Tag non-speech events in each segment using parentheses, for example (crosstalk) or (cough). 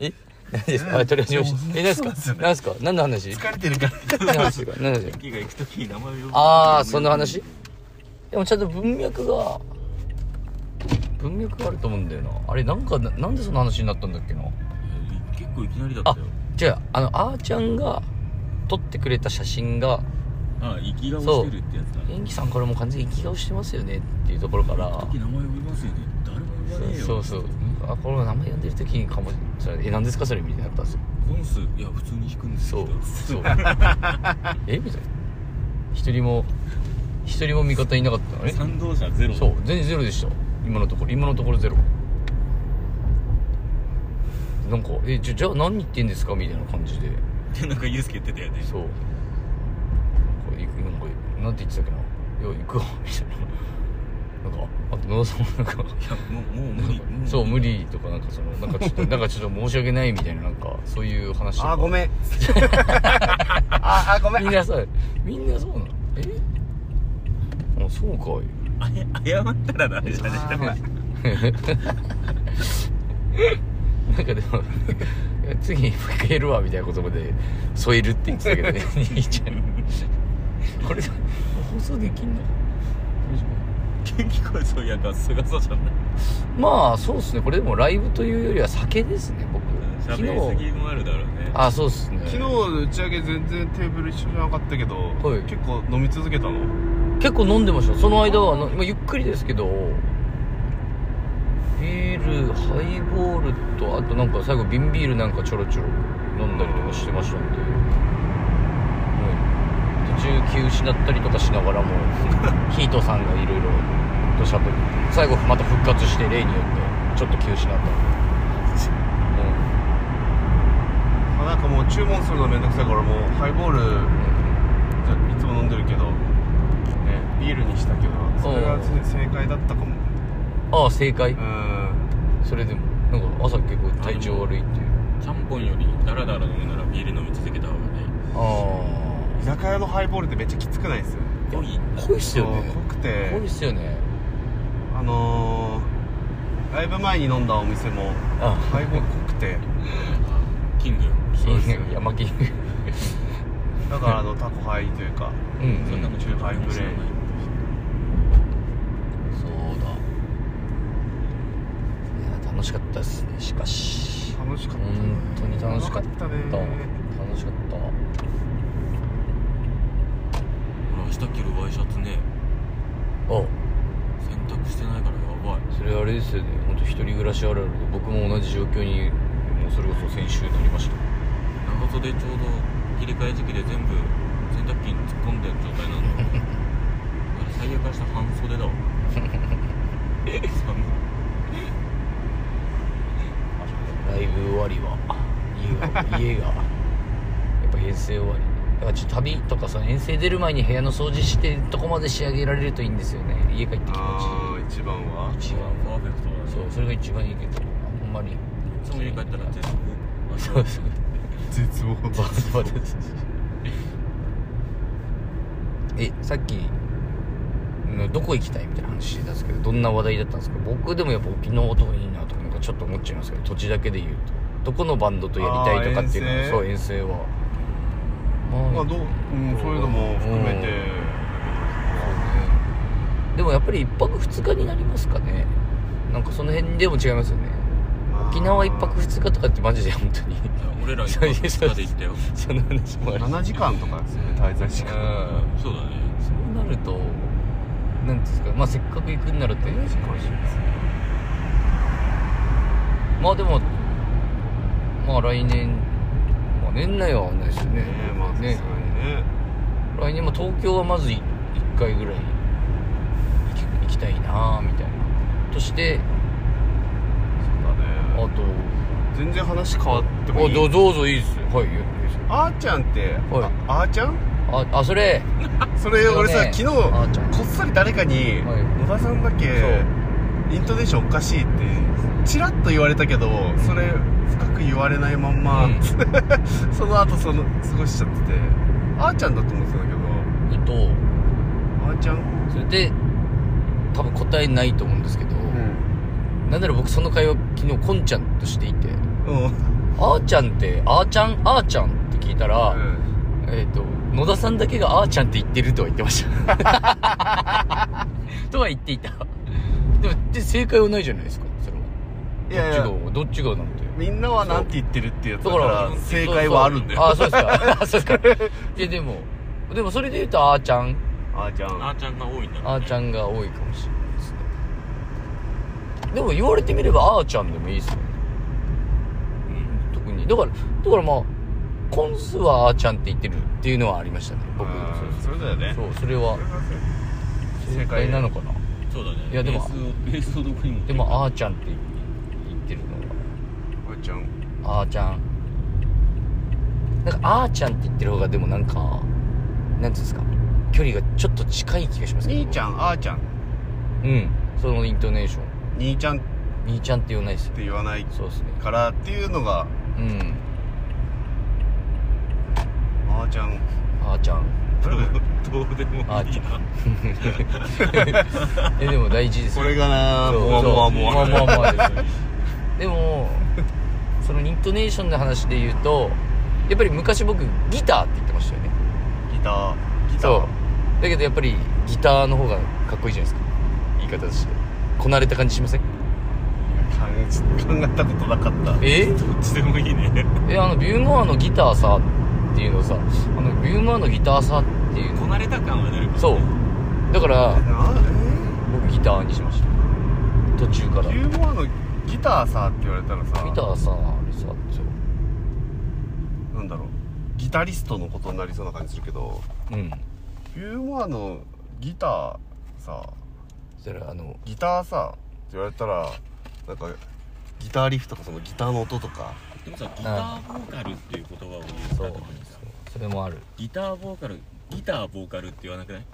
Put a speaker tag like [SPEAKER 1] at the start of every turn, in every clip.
[SPEAKER 1] え (laughs) 何ですかあとりあえずよしえ何です
[SPEAKER 2] そう
[SPEAKER 1] か
[SPEAKER 2] ですよね
[SPEAKER 1] 何ですか何の話
[SPEAKER 2] 疲れてるから
[SPEAKER 1] 何
[SPEAKER 2] (laughs)
[SPEAKER 1] の話か何の話 (laughs)
[SPEAKER 2] キーが行く時に名前を呼ぶ
[SPEAKER 1] ああそんな話でもちゃんと文脈が文脈があると思うんだよなあれなんかななんでそんな話になったんだっけな
[SPEAKER 2] 結構いきなりだっ
[SPEAKER 1] あ
[SPEAKER 2] たよ
[SPEAKER 1] 違うあのあーちゃんが撮ってくれた写真が
[SPEAKER 2] ああ生き顔してるってやつだ
[SPEAKER 1] 元気さんからも完全に生き顔してますよねっていうところから
[SPEAKER 2] 時名前呼びますよね誰も呼ばねえよ
[SPEAKER 1] そうそうあこの名前呼んでる時にかもそれえ何ですかそれみたいになったんですよ
[SPEAKER 2] 本数いや普通に弾くんですけ
[SPEAKER 1] そう
[SPEAKER 2] ど
[SPEAKER 1] そう
[SPEAKER 3] (laughs)
[SPEAKER 1] えみたいな一人も一人も味方いなかったのね
[SPEAKER 2] (laughs) 賛同者ゼロ
[SPEAKER 1] そう全然ゼロでした今のところ今のところゼロなんか「えじゃじゃあ何言ってんですか?」みたいな感じで
[SPEAKER 2] ってなんかユースケ言ってたよね
[SPEAKER 1] そうこれ行くなんかなんて言ってたっけな「いや行くわ」みたいななんかあと野田さんもなんか
[SPEAKER 2] いやもうもう無理も
[SPEAKER 1] そう無理とかなんかそのなんかちょっとなんかちょっと申し訳ないみたいななんかそういう話とか
[SPEAKER 3] あーご
[SPEAKER 4] (laughs)
[SPEAKER 3] めんあーあーごめ
[SPEAKER 1] み
[SPEAKER 3] ん
[SPEAKER 1] んなそうみんなそうなのえあそうかい
[SPEAKER 2] あれ謝ったらダメじゃね
[SPEAKER 3] あーごめん
[SPEAKER 1] なんかでもいや次にもう一回やるわみたいな言葉で添えるって言ってたけ (laughs) どね兄ちゃんこれ放送できんの
[SPEAKER 2] 元気こいそういやガスガサじゃない
[SPEAKER 1] まあそうですねこれでもライブというよりは酒ですね僕昨
[SPEAKER 2] 喋りす
[SPEAKER 1] 日
[SPEAKER 2] ぎもあるだろうね
[SPEAKER 1] あそうですね
[SPEAKER 4] 昨日の打ち上げ全然テーブル一緒じゃなかったけど、
[SPEAKER 1] はい
[SPEAKER 4] 結構飲み続けたの
[SPEAKER 1] 結構飲んでましたその間はの、まあ、ゆっくりですけどビールハイボールとあとなんか最後瓶ビールなんかちょろちょろ飲んだりとかしてましたんで、はい、途中気失ったりとかしなが
[SPEAKER 4] (laughs)
[SPEAKER 1] らもヒートさんがいろいろとしゃべって最後また復活して例によってちょっと気失ったんで、うん
[SPEAKER 4] あなんかもう注文するのめんどくさいからもうハイボールじゃいつも飲んでるけど、ね、ビールにしたけどそれが正解だったかも
[SPEAKER 1] ああ正解
[SPEAKER 4] うん
[SPEAKER 1] それでもなんか朝結構体調悪いっていう
[SPEAKER 2] ちゃんぽんよりダラダラ飲むならビール飲み続けた方がね
[SPEAKER 1] ああ
[SPEAKER 4] 居酒屋のハイボールってめっちゃきつくないっす
[SPEAKER 2] 濃い
[SPEAKER 1] 濃いっすよね
[SPEAKER 4] そう濃く
[SPEAKER 1] 濃いってすよね
[SPEAKER 4] あのー、ライブ前に飲んだお店も
[SPEAKER 1] あ
[SPEAKER 4] ハイボール濃くて
[SPEAKER 2] キング
[SPEAKER 1] そうです
[SPEAKER 2] よ
[SPEAKER 1] ね山木
[SPEAKER 4] だからあのタコハイというか
[SPEAKER 1] うん、うん、
[SPEAKER 2] そんなの中華よく知らない
[SPEAKER 1] そうだいや楽しかったですねしかし
[SPEAKER 4] 楽しかったね
[SPEAKER 1] 本当に楽しかった
[SPEAKER 4] 長ね
[SPEAKER 1] 楽しかっ
[SPEAKER 2] 俺明日着るワイシャツね
[SPEAKER 1] たあ
[SPEAKER 2] 洗濯してないからやばい
[SPEAKER 1] それあれですよね本当一人暮らしあるあるで僕も同じ状況にもうそれこそ先週なりました
[SPEAKER 2] 長袖ちょうど切り替え時期で全部洗濯機に突っ込んでる状態なのだから最悪明日半袖だわ寒い
[SPEAKER 1] ライブ終わりは家が家がやっぱ遠征終わりだからちょっと旅とかその遠征出る前に部屋の掃除してとこまで仕上げられるといいんですよね家帰って気持ち
[SPEAKER 4] あー一番は
[SPEAKER 1] 一番
[SPEAKER 2] パーフェクトだね
[SPEAKER 1] そうそれが一番いいけどあんまり
[SPEAKER 2] いつも家帰ったら絶望
[SPEAKER 1] そうそう
[SPEAKER 4] 絶望
[SPEAKER 1] バツバツ (laughs) えさっきのどこ行きたいみたいな話してたんですけどどんな話題だったんですか僕でもやっぱ沖縄とかいいなとかなんかちょっと思っちゃいますけど土地だけで言うとどこのバンドとやりたいとかっていうの
[SPEAKER 4] あー
[SPEAKER 1] は
[SPEAKER 4] 遠征
[SPEAKER 1] そう遠征はま
[SPEAKER 4] まあどう、うん、そういうのも含めて、
[SPEAKER 1] でもやっぱり一泊二日になりますかねなんかその辺でも違いますよね沖縄一泊二日とかってマジで本当に (laughs)
[SPEAKER 2] いや俺ら一泊二日で行ったよ
[SPEAKER 1] その話もあり
[SPEAKER 4] 7時間とかですよね滞在時
[SPEAKER 1] う
[SPEAKER 4] 間
[SPEAKER 1] ん
[SPEAKER 2] そうだね
[SPEAKER 1] そうなるとなんていうんですかまあせっかく行くんならってまあでもまあ来年まあ年内はないですよね
[SPEAKER 4] ねえまあさすがにね
[SPEAKER 1] 来年も東京はまず1回ぐらい行き行きたいなあみたいなとして
[SPEAKER 4] そうだ
[SPEAKER 1] あと
[SPEAKER 4] ね全然話変わってもい
[SPEAKER 1] あど
[SPEAKER 4] いう
[SPEAKER 1] どうぞいいですよはいいいですよ
[SPEAKER 4] あーちゃんって、
[SPEAKER 1] はい
[SPEAKER 4] ああーちゃん
[SPEAKER 1] ああそれ
[SPEAKER 4] それ俺さ、
[SPEAKER 1] そ
[SPEAKER 4] 昨
[SPEAKER 1] れねあ
[SPEAKER 4] 日
[SPEAKER 1] ーちゃん
[SPEAKER 4] こっそり誰かに、
[SPEAKER 1] はい
[SPEAKER 4] 野田さんだけイントネーションおかしいってチラッと言われたけどそれ深く言われないまんま、
[SPEAKER 1] うん
[SPEAKER 4] その後その過ごしちゃっててあーちゃんだと思ってたんだけ
[SPEAKER 1] えっと
[SPEAKER 4] どあーちゃん
[SPEAKER 1] それで多分答えないと思うんですけど、
[SPEAKER 4] うん
[SPEAKER 1] なんなら僕その会話昨日こんちゃんとしていて
[SPEAKER 4] うん
[SPEAKER 1] あーちゃんって、あーちゃん、あーちゃんって聞いたら、
[SPEAKER 4] うん
[SPEAKER 1] えっ、と、野田さんだけがあーちゃんって言ってるとは言ってま
[SPEAKER 4] (laughs)
[SPEAKER 1] した。とは言っていた。でも、で正解はないじゃないですか、それは。
[SPEAKER 4] いやいや
[SPEAKER 1] どっちが、どっちがなんて。
[SPEAKER 4] みんなはなんて言ってるってやつだか
[SPEAKER 1] だから
[SPEAKER 4] 正解はあるんだよ
[SPEAKER 1] そうそうあー、そうです
[SPEAKER 4] (laughs)
[SPEAKER 1] か。あ、そうですか。いや、でも、でもそれで言うと、あーちゃん、
[SPEAKER 4] あーちゃん
[SPEAKER 2] あーちゃんが多いんだろうね
[SPEAKER 1] あーちゃんが多いかもしれないですね。でも言われてみれば、あーちゃんでもいいですよね。
[SPEAKER 2] うん
[SPEAKER 1] 特に。だから、だからまあ、コンスはあーちゃんって言ってるっていうのはありましたね、僕。
[SPEAKER 4] うんそれだよね
[SPEAKER 1] そう、それは正解なのかな。
[SPEAKER 2] そうだね
[SPEAKER 1] いやでも
[SPEAKER 2] ベースをベースをどこに持っ
[SPEAKER 1] で
[SPEAKER 2] ていくか
[SPEAKER 1] も、あーちゃんって言ってるの
[SPEAKER 4] あーちゃん
[SPEAKER 1] が、あーちゃん。なんか、あーちゃんって言ってる方が、でもなんか、なんていうんですか、距離がちょっと近い気がしますけど
[SPEAKER 4] 兄ちゃんあーちゃん
[SPEAKER 1] うん、そのイントネーション。
[SPEAKER 4] 兄ちゃんって
[SPEAKER 1] 兄ちゃんって言わないですよ。
[SPEAKER 4] 言わない
[SPEAKER 1] そうですね。
[SPEAKER 4] からっていうのが
[SPEAKER 1] うん。
[SPEAKER 4] あーちゃん
[SPEAKER 1] あーちゃん。
[SPEAKER 4] (laughs)
[SPEAKER 1] (laughs)
[SPEAKER 4] どれが
[SPEAKER 2] どうでもいいな
[SPEAKER 1] あーちゃえ、でも大事です
[SPEAKER 4] こ
[SPEAKER 1] よ。
[SPEAKER 4] れがな
[SPEAKER 1] そう
[SPEAKER 4] もわもわも
[SPEAKER 1] も
[SPEAKER 4] わ
[SPEAKER 1] わもわもわですよでもそのイントネーションの話で言うとやっぱり昔僕ギターって言ってましたよね
[SPEAKER 4] ギターギター
[SPEAKER 1] そうだけどやっぱりギターの方がかっこいいじゃないですか言い方としてこなれた感じしません
[SPEAKER 4] 考え考えたことなかった
[SPEAKER 1] え
[SPEAKER 2] どっちでもいいね
[SPEAKER 1] えあのビューノアのギターさっていうのさあのビューノアのギターさっていう
[SPEAKER 2] こなれた感は出るか
[SPEAKER 1] の
[SPEAKER 2] ら
[SPEAKER 1] そうだから
[SPEAKER 4] な
[SPEAKER 1] 僕ギターにしました途中から
[SPEAKER 4] え
[SPEAKER 1] ギ
[SPEAKER 4] ユーモアのギターさって言われたらさ
[SPEAKER 1] ターさあれさそう
[SPEAKER 4] なんだろうギタリストのことになりそうな感じするけど
[SPEAKER 1] うん
[SPEAKER 4] ユーモアのギターさ
[SPEAKER 1] そしたらあの
[SPEAKER 4] ギターさって言われたらなんかギターリフとかそのギターの音とか
[SPEAKER 2] でもさギターボーカルっていう言葉を言った
[SPEAKER 1] そう
[SPEAKER 2] 時にさ
[SPEAKER 1] それもある
[SPEAKER 2] ギターボーカルギターボーカルって言わなくない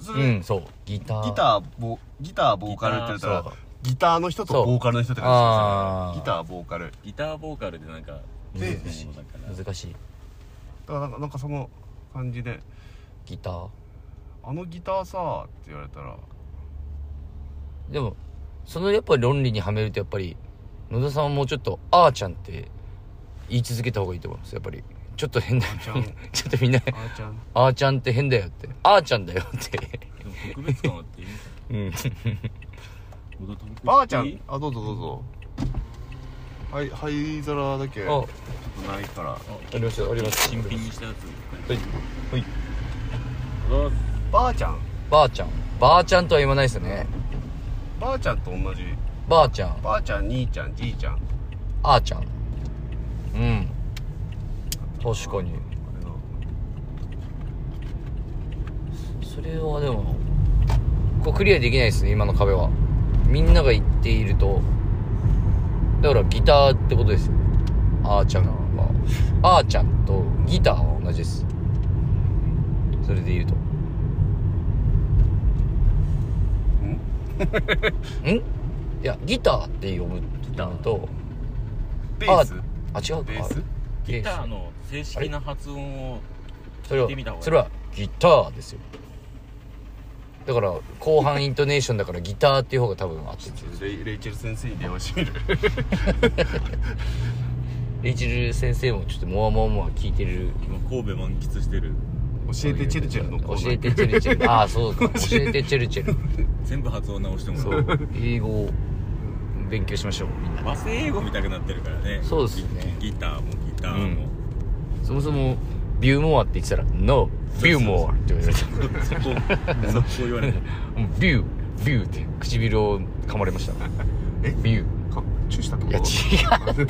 [SPEAKER 4] それ、
[SPEAKER 1] うんそうギター
[SPEAKER 4] ギターボギターボーカルって言われ
[SPEAKER 1] ギター
[SPEAKER 4] たら
[SPEAKER 1] そう
[SPEAKER 4] ギターの人
[SPEAKER 1] そう
[SPEAKER 4] とボーカルの人って感じする
[SPEAKER 1] あー
[SPEAKER 4] ギターボーカルだか
[SPEAKER 2] ギターボーカルでなんか
[SPEAKER 4] で
[SPEAKER 2] 難しいものだから
[SPEAKER 1] 難しい
[SPEAKER 4] らなんかなんかその感じで
[SPEAKER 1] ギター
[SPEAKER 4] あのギターさって言われたら
[SPEAKER 1] でもそのやっぱり論理にはめるとやっぱり野田さんはもうちょっと「あーちゃん」って言い続けた方がいいと思いますやっぱりちょっと変だよ
[SPEAKER 4] あー (laughs) ちゃん
[SPEAKER 1] (laughs) ちょっとみんな
[SPEAKER 4] あーちゃん
[SPEAKER 1] 「あーちゃんって変だよ」って「あーちゃんだよ」って
[SPEAKER 2] でも特別感はっていいのか
[SPEAKER 1] うん
[SPEAKER 4] ばあちゃ
[SPEAKER 2] いい
[SPEAKER 4] んあどうぞどうぞはい灰皿だけち
[SPEAKER 1] あ
[SPEAKER 4] ょっとないから
[SPEAKER 1] ありますよあります
[SPEAKER 2] 新品にしたやつ
[SPEAKER 1] はい
[SPEAKER 4] はい
[SPEAKER 2] どうぞ
[SPEAKER 4] ばあちゃん
[SPEAKER 1] ばあちゃんばあちゃんとは言わないですよね
[SPEAKER 4] ばあちゃんと同じ
[SPEAKER 1] ばあちゃん
[SPEAKER 4] ばあちゃん兄ちゃんじいちゃんあ
[SPEAKER 1] あーちゃんうん確かに
[SPEAKER 4] れの
[SPEAKER 1] それはでもこうクリアできないですね今の壁はみんなが言っているとだからギターってことですよあーちゃんはあーちゃんとギターは同じですそれで言うとんんいやギターって呼ぶのと
[SPEAKER 4] ベース
[SPEAKER 1] あ違うか
[SPEAKER 4] ベース
[SPEAKER 1] ベ
[SPEAKER 2] ギター
[SPEAKER 1] ー
[SPEAKER 2] の正式な発音を
[SPEAKER 1] スそれ
[SPEAKER 2] 聞いてみた方
[SPEAKER 1] は
[SPEAKER 2] がいい
[SPEAKER 1] それはギターですよだから後半イントネーションだからギターっていう方が多分合ってる
[SPEAKER 4] レイレイチェル先生に電話してみる
[SPEAKER 1] レイチェル先生もちょっとモワモワモワ聞いてる
[SPEAKER 2] 今神戸満喫してる
[SPEAKER 4] 教えてチェルチェルのコーナー
[SPEAKER 1] 教えてチェルチェルああそうか教えてチェルチェル
[SPEAKER 2] 全部発音直しても
[SPEAKER 1] そ
[SPEAKER 2] らう
[SPEAKER 1] う英語を勉強しましょうみんな
[SPEAKER 2] 和製英語みたくなってるからね
[SPEAKER 1] そうですね
[SPEAKER 2] ギギターもギターも、
[SPEAKER 1] そもそもビューモアって言ってたら「No ビューモア」って言われた
[SPEAKER 2] そこそこ言われて
[SPEAKER 1] うんビュービューって唇を噛まれました
[SPEAKER 4] え
[SPEAKER 1] ビュー
[SPEAKER 4] かチューしたってこ
[SPEAKER 1] いや違
[SPEAKER 4] と
[SPEAKER 1] う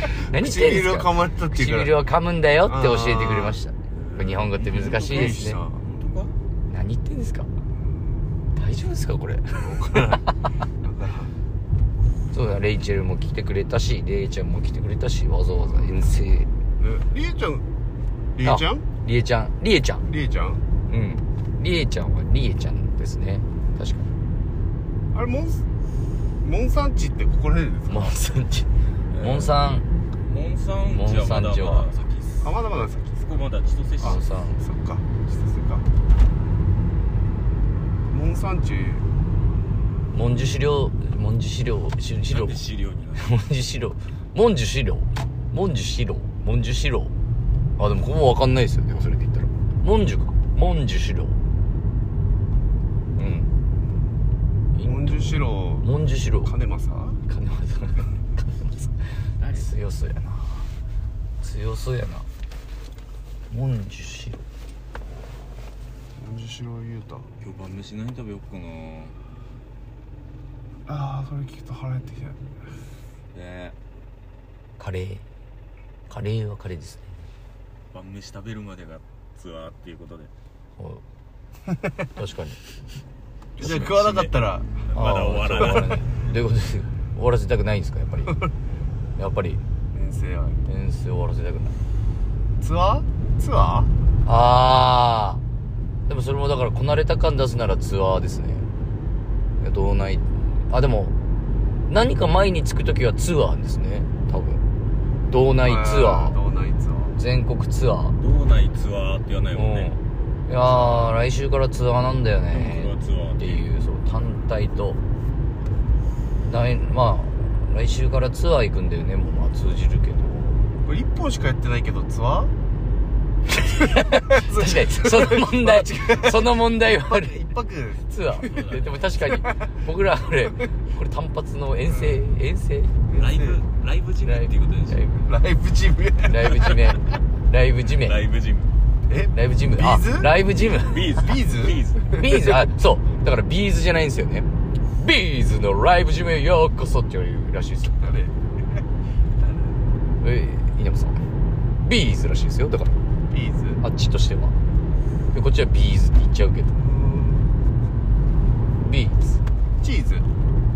[SPEAKER 4] (laughs)
[SPEAKER 1] 何してんす
[SPEAKER 4] 唇を
[SPEAKER 1] か
[SPEAKER 4] 噛まれたっていう
[SPEAKER 1] 唇
[SPEAKER 4] から
[SPEAKER 1] を噛むんだよって教えてくれました
[SPEAKER 2] ー
[SPEAKER 1] これ日本語って難しいですね
[SPEAKER 2] 本当か
[SPEAKER 1] 何言ってんですか大丈夫ですかこれそうだレイチェルも来てくれたしレイちゃんも来てくれたしわざわざ遠征
[SPEAKER 4] えリエちゃんリエちゃん
[SPEAKER 1] あリエちゃんリエちゃん
[SPEAKER 4] リエちゃん
[SPEAKER 1] うんリエちゃんはリエちゃんですね確かに
[SPEAKER 4] あれモンスモン産地ってここら辺ですか
[SPEAKER 1] モンさんちモンさん
[SPEAKER 2] モンサンジはまだまだ先っす
[SPEAKER 4] あまだまだ先
[SPEAKER 2] そこまだ千歳市
[SPEAKER 1] モンさん
[SPEAKER 4] そっかちょっとそっかモン産地
[SPEAKER 1] モンジュ資料モンジュ資料資
[SPEAKER 2] な
[SPEAKER 1] 料
[SPEAKER 2] んで資料になる
[SPEAKER 1] モンジュ資料モンジュ資料モンジュシローモンジュシローあでもここも分かんないですよでもそれで言ったらモンジュかモンジュシローうん
[SPEAKER 4] モンジュシロ
[SPEAKER 1] モンジュシロー
[SPEAKER 4] 金正
[SPEAKER 1] 金松金松
[SPEAKER 2] 誰
[SPEAKER 1] 強そうやな強そうやなモンジュシロ
[SPEAKER 4] 文字白裕太
[SPEAKER 2] 今日晩飯何食べよっかなね
[SPEAKER 4] ああそれ聞くと腹減ってきた
[SPEAKER 2] え
[SPEAKER 1] カレーカレーはカレーですね
[SPEAKER 2] 晩飯食べるまでがツアーっていうことで
[SPEAKER 1] はい確かに
[SPEAKER 4] じゃあ食わなかったら
[SPEAKER 2] まだ終わらない
[SPEAKER 1] あーそう終わらないどういうことですか終わらせたくないんですかやっ
[SPEAKER 2] (laughs)
[SPEAKER 1] ぱりやっぱり
[SPEAKER 4] 遠征は
[SPEAKER 1] 遠征終わらせたくない
[SPEAKER 4] ツアーツ
[SPEAKER 1] あ
[SPEAKER 4] ア
[SPEAKER 1] あでもそれもだからこなれた感出すならツアーですねいや道内あでも何か前に着く時はツアーですね多分道
[SPEAKER 4] ー
[SPEAKER 1] 内ツアー
[SPEAKER 4] 道内ツアー
[SPEAKER 1] 全国ツアー
[SPEAKER 2] 道内ツアーって言わないもんね
[SPEAKER 1] うんいやー来週からツアーなんだよね
[SPEAKER 2] 僕はツア
[SPEAKER 1] っ
[SPEAKER 2] ーってて
[SPEAKER 1] いうそう単体と来まあ来週からツアー行くんだよねもうまあ通じるけど
[SPEAKER 4] これ1本しかやってないけどツアー
[SPEAKER 1] (laughs) 確か
[SPEAKER 4] (laughs)
[SPEAKER 1] に
[SPEAKER 2] (laughs)
[SPEAKER 1] その問題その問題はある
[SPEAKER 4] 1泊
[SPEAKER 1] ツアーででも確かに僕らこれこれ単発の遠征遠征
[SPEAKER 2] ライブライブジムっていうことでし
[SPEAKER 1] ライ
[SPEAKER 2] ょ
[SPEAKER 1] ブ
[SPEAKER 4] ライブジムや
[SPEAKER 1] ライブジメライブジメ
[SPEAKER 2] ライブジム
[SPEAKER 4] え
[SPEAKER 1] ライブジム
[SPEAKER 4] ビーズ
[SPEAKER 1] ライブジム
[SPEAKER 2] ビーズ
[SPEAKER 4] ビーズ
[SPEAKER 2] ビーズ
[SPEAKER 1] ビーズあそうだからビーズじゃないんですよねビーズのライブジムへようこそっていうらしいですよ
[SPEAKER 4] 誰
[SPEAKER 1] え稲葉さんビーズらしいですよだから
[SPEAKER 4] ビーズ
[SPEAKER 1] あっちとしてはでこっちはビーズって言っちゃうけどビーズ
[SPEAKER 4] チーズ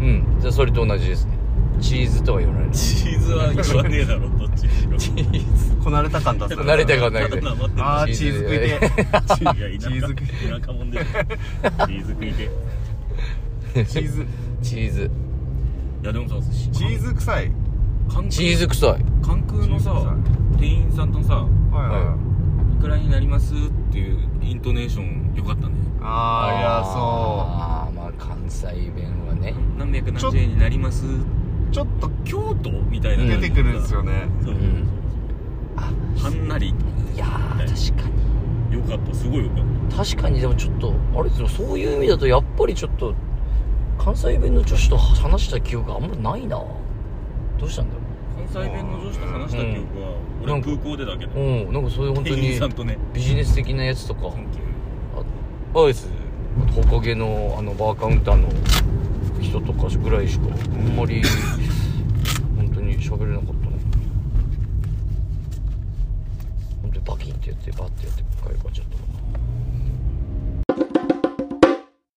[SPEAKER 1] うんじゃあそれと同じですねチーズとは言わないチ
[SPEAKER 2] チーズは言わねえだろどっちにしろ
[SPEAKER 1] ーズ
[SPEAKER 4] こなれた感出す
[SPEAKER 1] 慣れた
[SPEAKER 4] 感
[SPEAKER 1] がないで
[SPEAKER 2] ただ黙ってんの
[SPEAKER 4] あーチーズ食いて
[SPEAKER 2] いや田
[SPEAKER 4] チーズ食い
[SPEAKER 2] 舎田舎もんでチーズ食いてい
[SPEAKER 4] てチーズ
[SPEAKER 1] チーズ
[SPEAKER 2] やでもさ
[SPEAKER 4] チーズ臭い
[SPEAKER 2] 関
[SPEAKER 1] チーズ臭い
[SPEAKER 2] 関空の
[SPEAKER 4] チーズ
[SPEAKER 2] さ店員さんとさ
[SPEAKER 4] はいはい、
[SPEAKER 1] はい
[SPEAKER 2] 「いくらになります?」っていうイントネーションよかったね
[SPEAKER 4] あ
[SPEAKER 1] ああまあ関西弁はね
[SPEAKER 2] 何百何十円になります
[SPEAKER 4] あいやそうちょっと
[SPEAKER 2] 京都みたいな
[SPEAKER 4] 出てくるんですよね、
[SPEAKER 2] そう
[SPEAKER 1] うんあ
[SPEAKER 2] はんなり
[SPEAKER 1] いやー確かに
[SPEAKER 2] よかったすごいよかっ
[SPEAKER 1] 確かにでもちょっとあれでもそういう意味だとやっぱりちょっと関西弁の女子と話した記憶があんまりないなどうしたんだろ
[SPEAKER 2] た関西弁の女子と話した記憶は
[SPEAKER 1] ん
[SPEAKER 2] 俺は空港でだけど
[SPEAKER 1] ううんなんかそういう本当
[SPEAKER 2] (laughs) 店員
[SPEAKER 1] に
[SPEAKER 2] さんとね
[SPEAKER 1] ビジネス的なやつとかあアイストカゲのあのバーカウンターの人とかぐらいしかあんまり本当に喋れなかったね本当にバキンってやってバッてやって帰るかちょっと